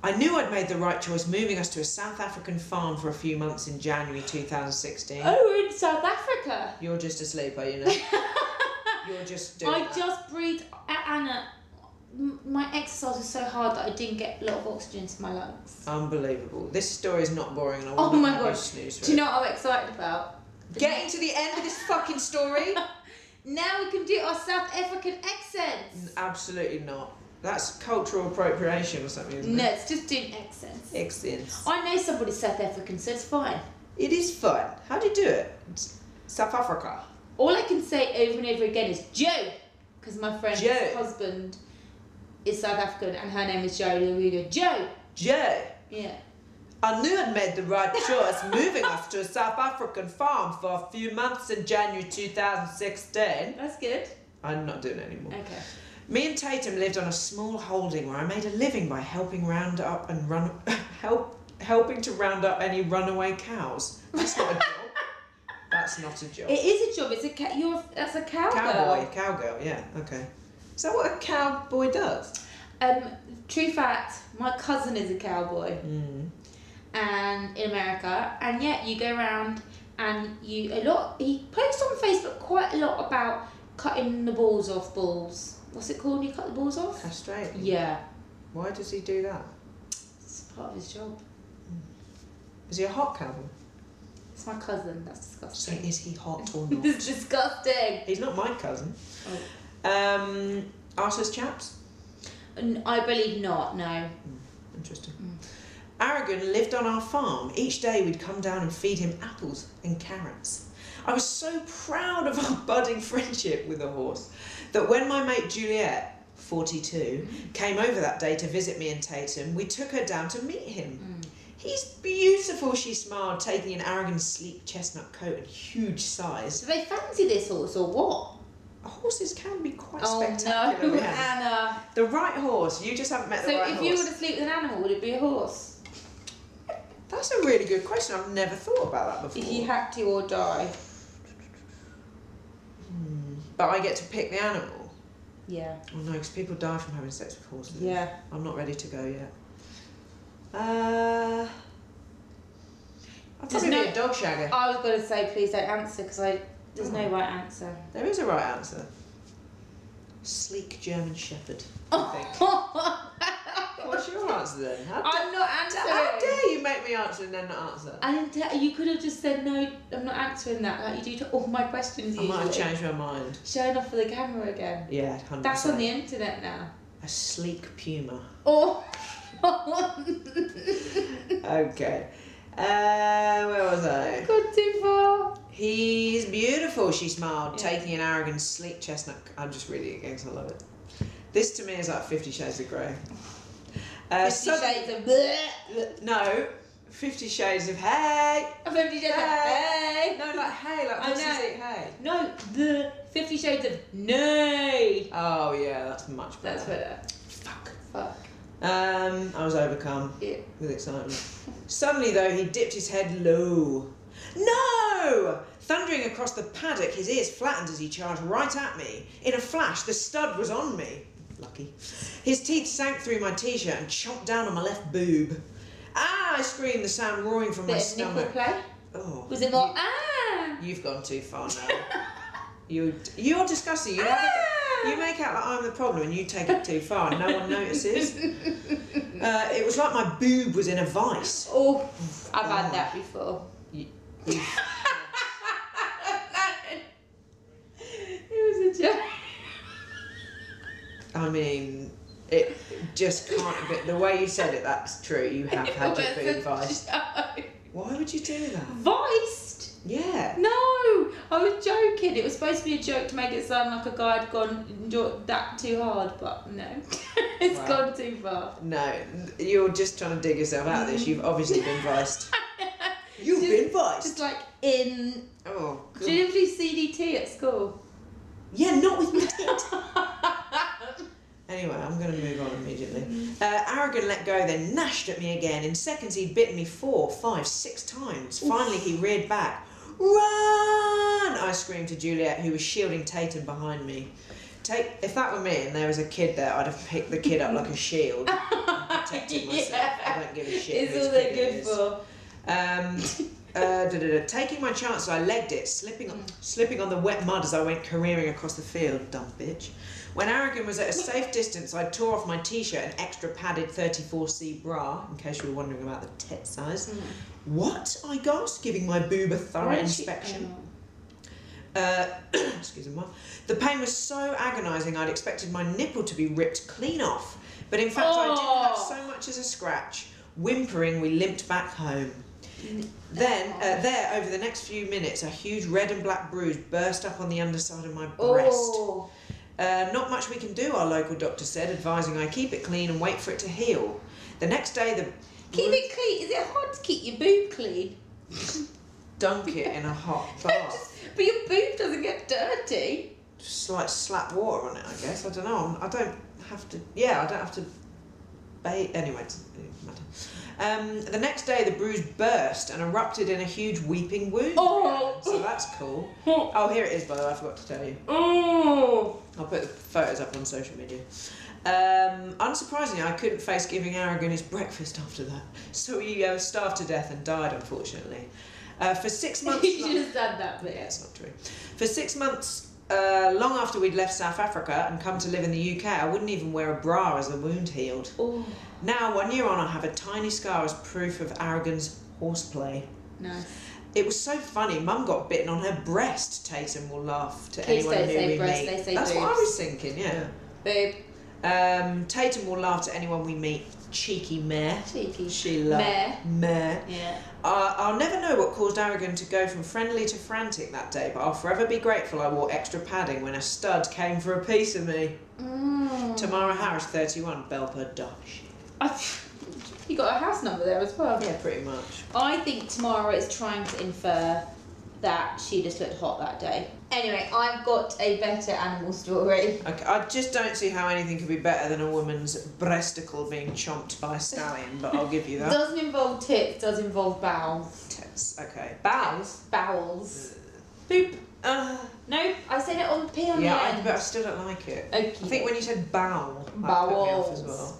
C: I knew I'd made the right choice moving us to a South African farm for a few months in January 2016.
B: Oh, we're in South Africa.
C: You're just asleep, are you
B: [LAUGHS]
C: now? You're just doing
B: I
C: that.
B: just breathed. A- Anna, m- my exercise was so hard that I didn't get a lot of oxygen to my lungs.
C: Unbelievable. This story is not boring and I will
B: Oh
C: not
B: my
C: have you
B: gosh.
C: snooze
B: Do you know what I'm excited about?
C: through it. Getting to the end of this fucking story?
B: [LAUGHS] Now we can do our South African
C: Mm-hmm.
B: accents.
C: Absolutely not. That's cultural appropriation or something, isn't
B: No,
C: it?
B: it's just doing accents.
C: Excellent.
B: I know somebody's South African, so it's fine.
C: It is fun. How do you do it? It's South Africa.
B: All I can say over and over again is Joe, because my friend's
C: Joe.
B: husband is South African and her name is Joe. And we go, Joe.
C: Joe.
B: Yeah.
C: I knew I'd made
B: [LAUGHS]
C: the right choice moving us to a South African farm for a few months in January 2016.
B: That's good.
C: I'm not doing it anymore.
B: Okay.
C: Me and Tatum lived on a small holding where I made a living by helping round up and run [LAUGHS] help helping to round up any runaway cows. That's not a job. [LAUGHS] That's not a job.
B: It is a job. It's a ca- you're a- that's a cowgirl.
C: cowboy, cowgirl, yeah, okay. Is that what a cowboy does?
B: Um, true fact, my cousin is a cowboy.
C: Hmm,
B: And in America, and yet you go around and you a lot. He posts on Facebook quite a lot about cutting the balls off bulls. What's it called? when You cut the balls off?
C: Castrate.
B: Yeah,
C: Why does he do that?
B: it's part of his job.
C: Is he a hot cowboy?
B: It's my cousin. That's
C: So
B: [LAUGHS] disgusting.
C: is he hot [LAUGHS] or not?
B: this is disgusting.
C: He's not my cousin.
B: Oh.
C: Um, Arsus chaps.
B: N- I believe not. No.
C: Interesting. Aragon lived on our farm. Each day we'd come down and feed him apples and carrots. I was so proud of our budding friendship with the horse that when my mate Juliet, 42, came over that day to visit me and Tatum, we took her down to meet him.
B: Mm.
C: He's beautiful, she smiled, taking an Aragon's sleek chestnut coat and huge size.
B: Do they fancy this horse or what?
C: horses can be quite
B: Oh
C: spectacular.
B: no, [LAUGHS]
C: yeah.
B: Anna.
C: The right horse. You just haven't met
B: So
C: the right
B: if
C: horse.
B: you were to sleep with an animal, would it be a horse?
C: That's a really good question. I've never thought about that
B: If
C: before.
B: you had to or die.
C: But I get to pick the animal.
B: Yeah.
C: Oh no, because people die from having sex with horses.
B: Yeah.
C: I'm not ready to go yet. Uh, I'd
B: There's
C: probably
B: no-
C: be a dog shagger.
B: I was gonna say please don't answer because I there's no right answer.
C: There is a right answer. Sleek German Shepherd.
B: Oh.
C: I think. What's your answer then? How,
B: I'm not
C: da- how
B: answering.
C: dare you make me answer and then not answer?
B: I didn't tell you could have just said no. I'm not answering that like you do to all my questions
C: I
B: usually.
C: might have changed my mind.
B: Showing off for the camera again.
C: Yeah, hundred
B: That's on the internet now.
C: a sleek puma.
B: Oh.
C: okay. Uh, where was I?
B: Gone too far.
C: He's beautiful, she smiled, taking an arrogant sleek chestnut. I'm just reading it again 'cause I love it. This to me is like Fifty Shades of Grey. Uh,
B: Fifty
C: sudden-
B: Shades of bleh.
C: no, Fifty Shades of Hey!
B: Fifty Shades of hey.
C: Hey! No, like hey, like
B: I
C: horses
B: know.
C: eat hay.
B: No, the Fifty Shades of Nay.
C: Oh yeah, that's much better.
B: That's better. Fuck. Fuck.
C: Um, I was overcome
B: Yeah.
C: with excitement. Suddenly, though, he dipped his head low. No! Thundering across the paddock, his ears flattened as he charged right at me. In a flash, the stud was on me. Lucky. His teeth sank through my t shirt and chomped down on my left boob. Ah! I screamed, the sound roaring from my
B: Bit of nickel
C: stomach.
B: play.
C: Oh,
B: Was it more ah?
C: you've gone too far now. [LAUGHS] you, you're disgusting. You, have it-
B: Ah!
C: you make out that I'm the problem and you take it too far and no
B: [LAUGHS]
C: one notices. Uh, it was like my boob was in a vice.
B: Oh, I've had that before.
C: You-
B: [LAUGHS] It was a joke.
C: I mean, it just can't. But the way you said it, that's true. You have
B: [LAUGHS]
C: had your
B: It
C: food
B: was
C: advice.
B: a joke.
C: Why would you do that?
B: Viced?
C: Yeah.
B: No, I was joking. It was supposed to be a joke to make it sound like a guy had gone jo- that too hard, but no, [LAUGHS] it's
C: Wow.
B: gone too far.
C: No, you're just trying to dig yourself out of this. You've
B: [LAUGHS]
C: obviously been viced. You've been
B: Just
C: viced.
B: like in.
C: Oh,
B: Did
C: God.
B: you ever do CDT at school?
C: yeah, not with me. Anyway, I'm going to move on immediately.
B: Mm-hmm.
C: Uh, Aragon let go, then gnashed at me again. In seconds, he'd bitten me four, five, six times. Finally, he reared back. Run! I screamed to Juliet, who was shielding Tatum behind me. Take, if that were me and there was a kid there, I'd have picked the kid up like
B: [LAUGHS]
C: a shield. and protected myself. I don't give a shit.
B: It's
C: whose
B: all they're
C: kid
B: good
C: it is.
B: for.
C: Um, uh, da, da, da. Taking my chance, I legged it, slipping
B: Mm.
C: on, slipping on the wet mud as I went careering across the field, dumb bitch. When Aragon was at a safe distance, I tore off my t shirt and extra padded 34C bra, in case you were wondering about the tit size. What? I gasped, giving my boob a thorough
B: Mm. Why did she-
C: inspection.
B: oh.
C: Uh, [COUGHS] excuse me. The pain was so agonising. I'd expected my nipple to be ripped clean off, but in fact, I didn't have
B: Oh.
C: so much as a scratch. Whimpering, we limped back home. Then, uh, there, over the next few minutes, a huge red and black bruise burst up on the underside of my breast.
B: Oh,
C: Uh, not much we can do, our local doctor said, advising I keep it clean and wait for it to heal. The next day, the
B: keep it clean. Is it hard to keep your boob clean?
C: dunk it in
B: [LAUGHS]
C: a hot bath.
B: But your boob doesn't get dirty.
C: just like slap water on it, I guess. I don't know. I don't have to. Yeah, I don't have to. Ba- anyway, it doesn't matter. Um, the next day, the bruise burst and erupted in a huge weeping wound.
B: Oh.
C: So that's
B: [LAUGHS]
C: cool. Oh, here it is, by the way. I forgot to tell you.
B: Oh,
C: I'll put the photos up on social media. Um, unsurprisingly, I couldn't face giving Aragon his breakfast after that, so he uh, starved to death and died, unfortunately. Uh,
B: [LAUGHS]
C: for six
B: [LAUGHS]
C: months.
B: you should have said that bit.
C: Yeah, it's not true. For six months, uh, long after we'd left South Africa and come to live in the UK, I wouldn't even wear a bra as the wound healed.
B: Oh,
C: Now, one year on, I have a tiny scar as proof of Aragon's horseplay.
B: nice.
C: It was so funny. Mum got bitten on her breast. Tatum will laugh to
B: Kids
C: anyone
B: don't
C: who
B: say
C: we
B: breast,
C: meet.
B: they say
C: That's what I
B: boobs.
C: was thinking. Yeah.
B: Boob.
C: Um, Tatum will laugh to anyone we meet. Cheeky mare.
B: Cheeky.
C: She loves
B: Mare.
C: Mare.
B: Yeah.
C: Uh, I'll never know what caused Aragon to go from friendly to frantic that day, but I'll forever be grateful I wore extra padding when a stud came for a piece of me.
B: Mm.
C: Tamara Harris, 31, Belper Dosh.
B: you got a house number there as well.
C: Yeah, pretty much.
B: I think Tamara is trying to infer that she just looked hot that day. Anyway, I've got a better animal story.
C: Okay, I just don't see how anything could be better than a woman's breasticle being chomped by a stallion, but I'll give
B: [LAUGHS]
C: you that.
B: Doesn't involve tits, does involve bowels.
C: Tits. Okay. Bowels.
B: Bowels.
C: Boop. Uh,
B: Nope, I said it on P on
C: yeah,
B: the
C: I,
B: end.
C: but I still don't like it.
B: Okay.
C: I think when you said bowel, that put me off
B: Bowels.
C: as well.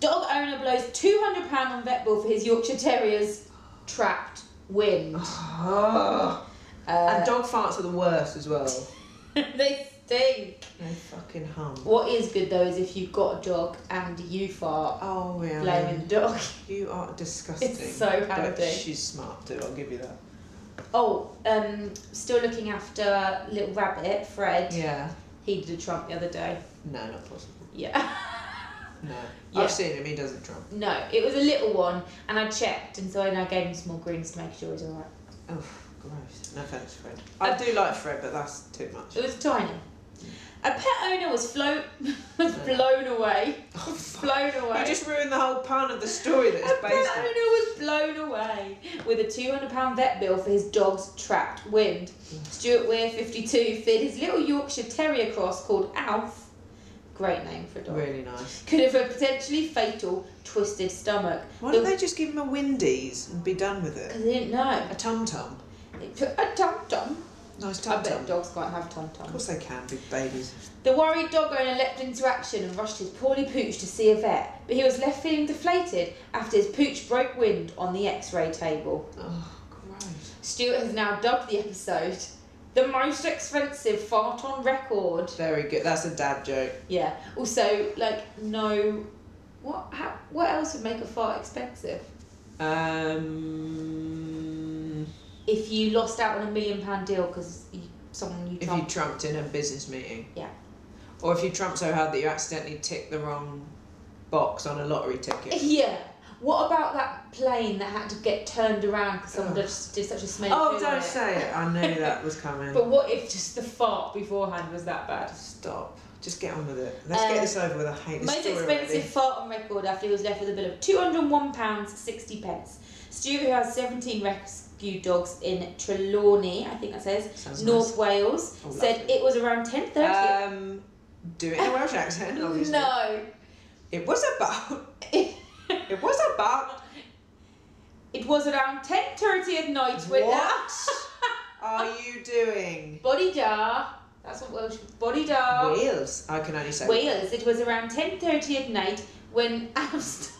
B: Dog owner blows £200 on vet bill for his Yorkshire Terrier's trapped
C: [LAUGHS]
B: wind.
C: Ah. and dog farts are the worst as well.
B: [LAUGHS] they stink.
C: They fucking hum.
B: What is good though is if you've got a dog and you fart,
C: Oh, yeah.
B: blaming the dog. [LAUGHS]
C: You are disgusting.
B: It's so
C: But
B: handy.
C: she's smart too, I'll give you that.
B: Oh, um, still looking after little rabbit, Fred.
C: Yeah.
B: He did a trump the other day.
C: No, not possible.
B: Yeah. [LAUGHS]
C: No.
B: Yeah.
C: I've seen him, he doesn't trump.
B: no, it was a little one, and I checked, and so I now gave him some more greens to make sure he's alright.
C: Oh, gross. No offence, Fred. I do like Fred, but that's too much.
B: Uh, It was tiny. A pet owner was flown, [LAUGHS] was blown away. [LAUGHS] blown away.
C: Oh, You just ruined the whole part of the story that
B: A [LAUGHS]
C: it's
B: pet
C: based on.
B: owner was blown away with a £200 vet bill for his dog's trapped wind. Stuart Weir, 52, fed his little Yorkshire Terrier cross called Alf. Great name for a dog.
C: Really nice.
B: Could have a potentially fatal twisted stomach.
C: Why don't they just give him a Windies and be done with it?
B: Because they didn't know.
C: A tum tum.
B: It took a tum tum.
C: Nice
B: I
C: tum
B: bet
C: tum. Of
B: dogs can't have tum tums.
C: course they can, big babies.
B: The worried dog owner leapt into action and rushed his poorly pooch to see a vet, but he was left feeling deflated after his pooch broke wind on the x ray table.
C: Oh, gross.
B: Stuart has now dubbed the episode the most expensive fart on record.
C: Very good. That's a dad joke.
B: Yeah. Also, like, no. What, how, what else would make a fart expensive?
C: Um,
B: If you lost out on a million pound deal because you, someone you
C: if you
B: trumped.
C: trumped in a business meeting,
B: yeah.
C: or if you trumped so hard that you accidentally ticked the wrong box on a lottery
B: [LAUGHS]
C: ticket.
B: Yeah. What about that plane that had to get turned around because someone just did such a smelly poo
C: Oh,
B: on
C: don't
B: it?
C: say it. I knew that
B: [LAUGHS]
C: was coming.
B: But what if just the fart beforehand was that bad?
C: Stop. Just get on with it. Let's get this over with. I hate this
B: Um, Most
C: story
B: expensive
C: already.
B: fart on record after he was left with a bill of £201.60. pence. Stuart, who has 17 rescue dogs in Trelawney, I think that says,
C: Sounds
B: North Wales,
C: Oh,
B: said
C: lovely.
B: it was around 10.30.
C: Um, do it in a Welsh accent,
B: [LAUGHS]
C: obviously.
B: no.
C: It was about. [LAUGHS] It was about.
B: it was around 10.30 at night when...
C: What
B: [LAUGHS]
C: are
B: Oh.
C: you doing?
B: Body jar. That's what Welsh... Body jar.
C: Wales. I can only say.
B: Wales. It was around 10.30 at night when [LAUGHS] Amst...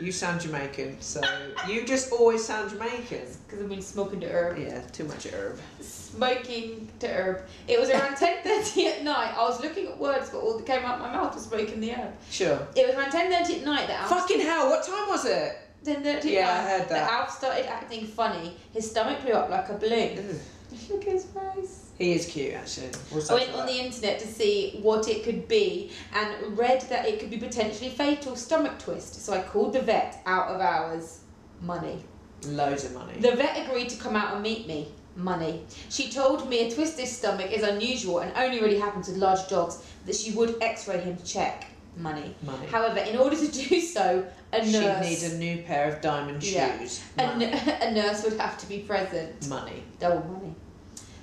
C: You sound Jamaican, so you just always sound Jamaican.
B: Because I've been smoking to herb.
C: Yeah, too much herb.
B: Smoking to herb. It was around 10.30 at night. I was looking at words, but all that came out my mouth was smoking the herb.
C: Sure.
B: It was around 10.30 at night that Alf...
C: Fucking hell! What time was it?
B: 10.30
C: Yeah, I
B: at night
C: heard that.
B: Alf started acting funny. His stomach blew up like a balloon. [LAUGHS] Look at his face.
C: He is cute, actually. What's
B: I
C: that
B: went
C: for
B: Oh, on
C: that?
B: the internet to see what it could be and read that it could be potentially fatal stomach twist. So I called the vet out of hours. Money.
C: Loads of money.
B: The vet agreed to come out and meet me. Money. She told me a twisted stomach is unusual and only really happens with large dogs. That she would X-ray him to check. Money.
C: Money.
B: However, in order to do so, a
C: she
B: nurse.
C: needs a new pair of diamond
B: Yeah.
C: shoes.
B: A
C: Money.
B: nu- [LAUGHS] a nurse would have to be present.
C: money.
B: double money.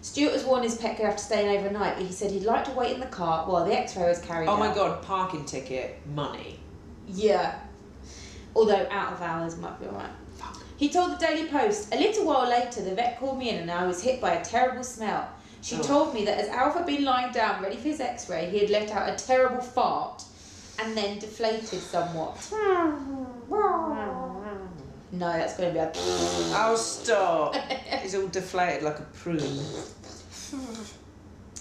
B: Stuart was warned his pet could have to stay in overnight, but he said he'd like to wait in the car while the X-ray was carried
C: Oh
B: out.
C: my god, parking ticket, money.
B: Yeah. Although out of hours might be alright. He told the Daily Post, a little while later the vet called me in and I was hit by a terrible smell. She
C: Oh.
B: told me that as Alf had been lying down ready for his x-ray, he had let out a terrible fart and then deflated somewhat. no, that's going to be a... [LAUGHS]
C: Oh, stop. He's all deflated like a prune.
B: I hope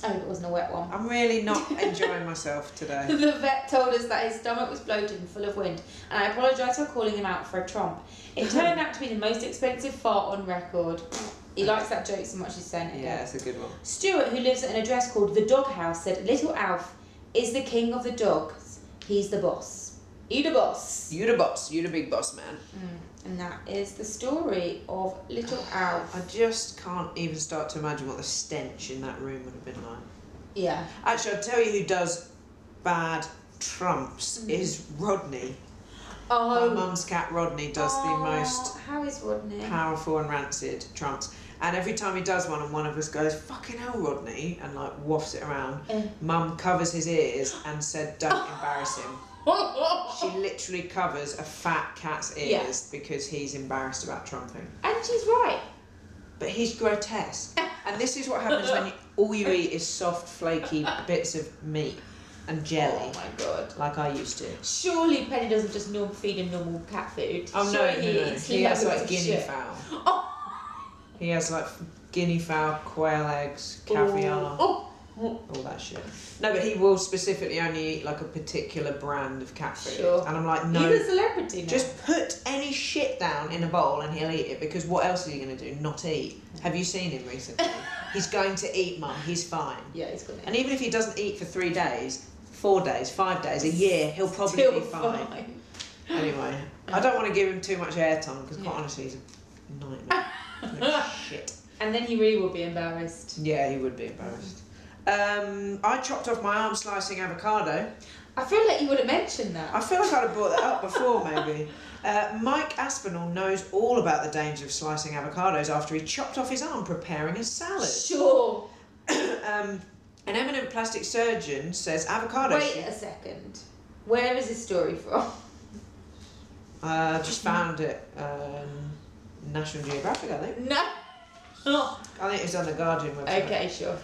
B: Oh, it wasn't a wet one.
C: I'm
B: [LAUGHS]
C: really not enjoying myself today.
B: The vet told us that his stomach was bloated and full of wind, and I apologised for calling him out for a tromp. It turned out to be the most expensive fart on record. He likes that joke so much he's saying it
C: Yeah,
B: again.
C: it's a good one.
B: Stuart, who lives at an address called The Dog House, said, Little Alf is the king of the dogs. He's the boss. You the boss.
C: You the boss, you the big boss man.
B: And that is the story of Little
C: I
B: Alf.
C: just can't even start to imagine what the stench in that room would have been like.
B: Yeah.
C: Actually, I'll tell you who does bad trumps is Rodney. My
B: Mm. Oh,
C: mum's cat Rodney does the most
B: how is Rodney?
C: powerful and rancid trumps. And every time he does one, and one of us goes, "Fucking hell, Rodney," and like wafts it around,
B: Eh.
C: Mum covers his ears and
B: [GASPS]
C: said, "Don't embarrass him." She literally covers a fat cat's
B: Yeah.
C: ears because he's embarrassed about trumping.
B: [LAUGHS] and she's right.
C: But he's grotesque. And this is what happens when you, all you eat is soft, flaky bits of meat and jelly,
B: Oh my god.
C: like I used to.
B: Surely Penny doesn't just norm feed him normal cat food.
C: Oh no,
B: Surely
C: no, no.
B: eats
C: He has
B: loads
C: like
B: of
C: guinea
B: shit.
C: fowl.
B: Oh,
C: He has like guinea fowl, quail eggs, caviar,
B: oh,
C: all that shit. No, but he will specifically only eat like a particular brand of cat food.
B: Sure.
C: And I'm like,
B: he's a
C: no.
B: celebrity now.
C: Just put any shit down in a bowl and he'll eat it because what else is he going to do? Not eat. Have you seen him [LAUGHS] recently? he's going to eat, mum. He's fine.
B: yeah, he's got [LAUGHS]
C: And even if he doesn't eat for three days, four days, five days, a year, he'll probably
B: Still
C: be fine.
B: fine.
C: Anyway, I don't want to give him too much airtime because quite honestly, he's
B: [LAUGHS]
C: a nightmare. Like, shit.
B: And then he really will be embarrassed.
C: Yeah, he would be embarrassed. Um, I chopped off my arm slicing avocado.
B: I feel like you would have mentioned that.
C: I feel like I'd have brought that up before, maybe. Uh, Mike Aspinall knows all about the danger of slicing avocados after he chopped off his arm preparing a salad.
B: sure.
C: Um, an eminent plastic surgeon says avocados.
B: Wait a second. Where is this story from? [LAUGHS]
C: Uh, just found it. Um, National Geographic, I think.
B: No. Oh,
C: I think it's on the Guardian website. [CLEARS THROAT]
B: okay, sure.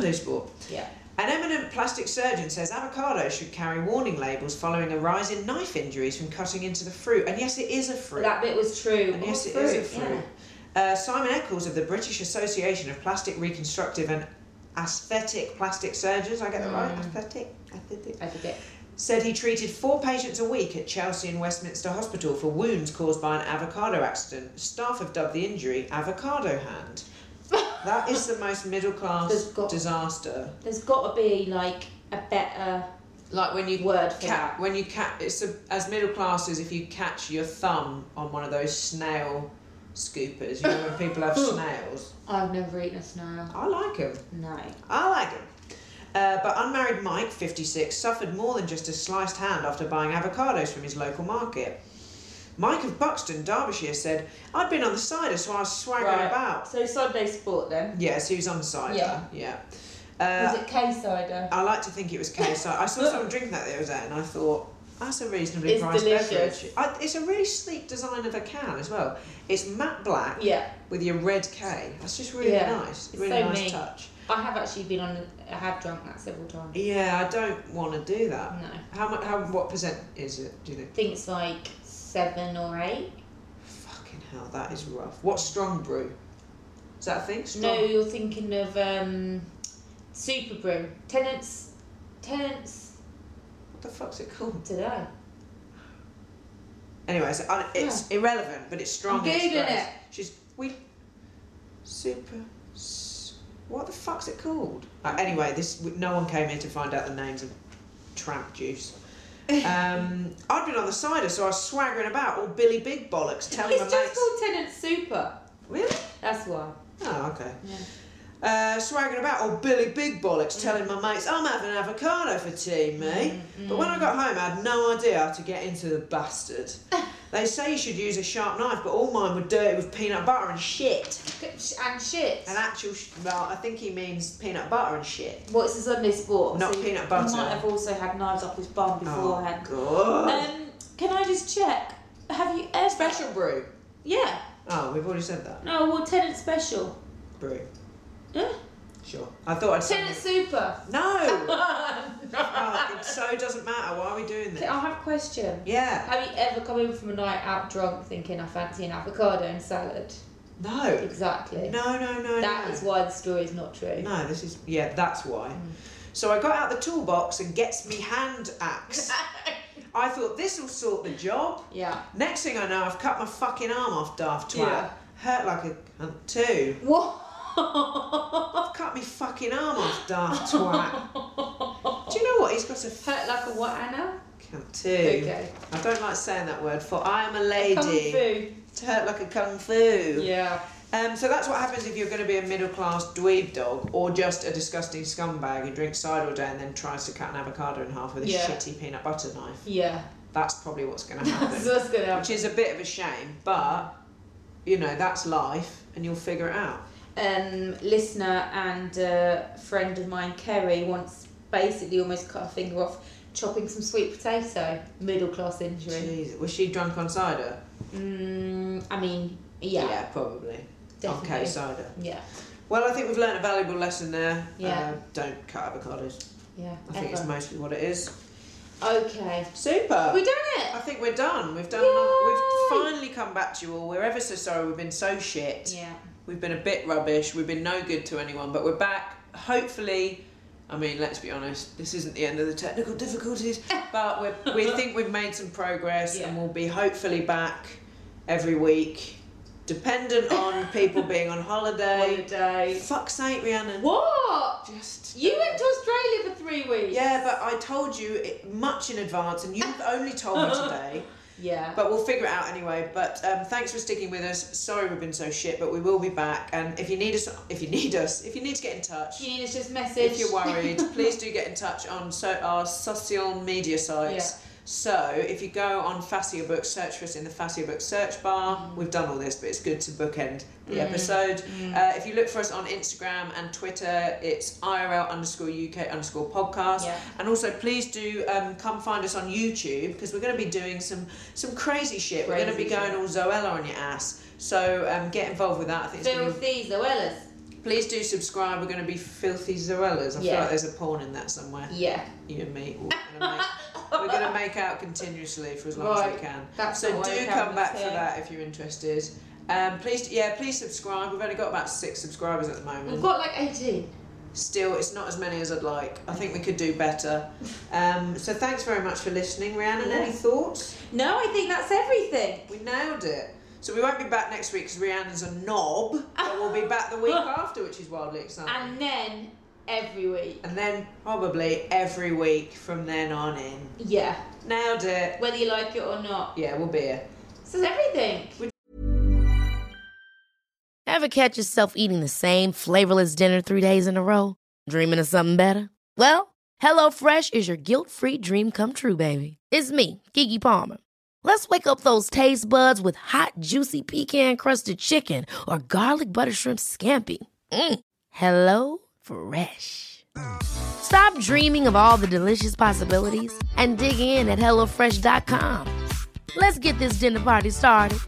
C: New sport.
B: Yeah.
C: An eminent plastic surgeon says avocados should carry warning labels following a rise in knife injuries from cutting into the fruit. And yes, it is a fruit.
B: That bit was true.
C: and
B: Oh,
C: yes, it
B: fruit,
C: is a fruit.
B: yeah.
C: Uh, Simon Eccles of the British Association of Plastic Reconstructive and Aesthetic Plastic Surgeons, I get that
B: Mm.
C: right? Aesthetic? Aesthetic?
B: I forget.
C: Said he treated four patients a week at Chelsea and Westminster Hospital for wounds caused by an avocado accident. Staff have dubbed the injury avocado hand. that is the most middle class
B: There's got-
C: disaster.
B: There's got to be like a better
C: Like when you
B: word for
C: Cat,
B: that.
C: when you catch, it's a, as middle class as if you catch your thumb on one of those snail scoopers. You know when people have snails.
B: I've never eaten a snail.
C: I like them.
B: No.
C: I like them. Uh, but unmarried Mike, 56, suffered more than just a sliced hand after buying avocados from his local market. Mike of Buxton, Derbyshire, said, I'd been on the cider, so I was swaggering about.
B: So Sunday sport then.
C: Yes, he was on cider.
B: Yeah.
C: yeah. Uh,
B: Was it K cider?
C: I like to think
B: [LAUGHS]
C: it was KSI. I saw someone drink that the other day and I thought, that's a reasonably
B: It's
C: priced
B: delicious.
C: beverage. I, it's a really sleek design of a can as well. It's matte black
B: Yeah.
C: with your red K. That's just really
B: Yeah.
C: nice.
B: It's
C: Really
B: so
C: nice
B: me.
C: touch.
B: I have actually been on. I have drunk that several times.
C: Yeah, I don't want to do that.
B: No.
C: How much? How what percent is it? Do you think?
B: I think it's like seven or eight.
C: Fucking hell, that is rough. What's strong brew? Is that a thing? Strong.
B: No, you're thinking of um, Super Brew. Tenants. Tenants.
C: What the fuck's it called?
B: Today.
C: Anyway, so I- it's irrelevant, but it's strong.
B: I'm
C: and it's
B: Googling
C: great.
B: it.
C: She's we super. s- What the fuck's it called? Uh, anyway, this no one came here to find out the names of tramp
B: [LAUGHS]
C: juice. Um, I'd been on the cider, so I was swaggering about, all Billy Big bollocks, telling
B: It's
C: my
B: just
C: mates.
B: called Tenant Super.
C: Really?
B: That's why.
C: Oh, okay. Uh, swaggering about, or Billy Big
B: Mm.
C: Bollocks telling my mates, I'm having avocado for tea, mate. But
B: mm.
C: when I got home, I had no idea how to get into the
B: [LAUGHS]
C: bastard. they say you should use a sharp knife, but all mine were dirty with peanut butter and shit.
B: And shit.
C: An actual, sh- well, I think he means peanut butter and shit.
B: What's his Sunday sport?
C: Not
B: you-
C: peanut butter. Oh,
B: He might have also had knives up his bum beforehand.
C: God.
B: um, can I just check? Have you ever?
C: Special brew.
B: Yeah.
C: Oh, we've already said that.
B: No, well, Tenant Special.
C: Brew.
B: Huh?
C: Sure. I thought I'd say.
B: Tenant Super. [LAUGHS]
C: No!
B: I
C: oh, it so doesn't matter. Why are we doing this?
B: have a question.
C: Yeah.
B: Have you ever come in from a night out drunk thinking I fancy an avocado and salad?
C: No.
B: Exactly.
C: No, no, no,
B: That
C: no.
B: is Mm. why the story is not true.
C: No, this is yeah, that's why. So I got out the toolbox and gets me hand
B: [LAUGHS]
C: axe. I thought this will sort the job.
B: [LAUGHS] Yeah.
C: Next thing I know, I've cut my fucking arm off, daft twat.
B: Yeah.
C: Hurt like a cunt too.
B: [LAUGHS] What?
C: I've cut me fucking arm
B: [LAUGHS]
C: off, daft twat. Do you know what? He's got a f-
B: Hurt like a what, Anna?
C: cunt too.
B: Okay.
C: I don't like saying that word. For I am a
B: Kung
C: lady.
B: Fu.
C: Hurt like a kung fu.
B: Yeah.
C: Um, so that's what happens if you're going to be a middle class dweeb dog or just a disgusting scumbag who drinks cider all day and then tries to cut an avocado in half with a
B: Yeah.
C: shitty peanut butter knife.
B: Yeah. [LAUGHS]
C: That's probably what's going to happen.
B: So that's gonna happen.
C: Which is a bit of a shame, but you know, that's life and you'll figure it out.
B: um, listener and uh, friend of mine, Kerry, once basically almost cut her finger off chopping some sweet potato. Middle class injury.
C: Jeez, was she drunk on cider?
B: Mm, I mean, yeah, yeah.
C: probably.
B: Definitely.
C: On K cider. Well, I think we've learned a valuable lesson there.
B: Yeah.
C: Uh, don't cut avocados.
B: Yeah,
C: I think
B: ever.
C: it's mostly what it is.
B: okay.
C: Super.
B: We done
C: I
B: it.
C: think we're done. We've done.
B: Yay!
C: Another, we've finally come back to you all. We're ever so sorry. We've been so shit.
B: Yeah.
C: We've been a bit rubbish. We've been no good to anyone. But we're back. Hopefully, I mean, let's be honest. This isn't the end of the
B: [LAUGHS]
C: technical difficulties. But we're, we think we've made some progress, and
B: Yeah.
C: we'll be hopefully back every week,
B: [LAUGHS]
C: dependent on people being on holiday.
B: Holiday.
C: Fuck's sake, Rhiannon.
B: What?
C: Just
B: You went to Australia for three weeks.
C: yeah, but I told you it much in advance, and you've only
B: [LAUGHS]
C: told me today.
B: Yeah.
C: But we'll figure it out anyway. But um, thanks for sticking with us. Sorry we've been so shit, but we will be back. And if you need us, if you need us, if you need to get in touch,
B: you need us just message.
C: if
B: [LAUGHS]
C: you're worried, please do get in touch on so our social media sites.
B: Yeah.
C: So if you go on Fascia Books, search for us in the Fascia Books search bar.
B: Mm.
C: We've done all this, but it's good to bookend the episode. Uh, if you look for us on Instagram and Twitter, it's IRL underscore UK underscore podcast.
B: Yeah.
C: And also please do um, come find us on YouTube because we're going to be doing some some crazy shit. we're going to
B: Crazy
C: be going all Zoella on your ass. So um, get involved with that. I think it's gonna be
B: Filthy Zoellas.
C: Please do subscribe. We're going to be filthy Zorellas. I feel
B: Yeah.
C: like there's a porn in that somewhere.
B: Yeah.
C: You and me. We're going, to make, we're gonna make out continuously for as long as
B: Right.
C: we can.
B: That's
C: so
B: not
C: do
B: working
C: come
B: out,
C: back for
B: is it?
C: that if you're interested. Um, please, yeah, please subscribe. We've only got about six subscribers at the
B: We've
C: moment.
B: got like 18.
C: Still, it's not as many as I'd like. I think we could do better. Um, so thanks very much for listening, Rhiannon. Any thoughts?
B: No, I think that's everything.
C: We nailed it. So we won't be back next week because Rhiannon's a knob, but we'll be back
B: [LAUGHS]
C: the week after, which is wildly exciting.
B: And then every week.
C: And then probably every week from then on in.
B: Yeah.
C: Nailed it.
B: Whether you like it or not.
C: Yeah, we'll be here.
B: This is everything.
D: Ever catch yourself eating the same flavorless dinner three days in a row? Dreaming of something better? Well, HelloFresh is your guilt free dream come true, baby. It's me, Kiki Palmer. Let's wake up those taste buds with hot, juicy pecan crusted chicken or garlic butter shrimp scampi. Mm. Hello Fresh. Stop dreaming of all the delicious possibilities and dig in at HelloFresh.com. Let's get this dinner party started.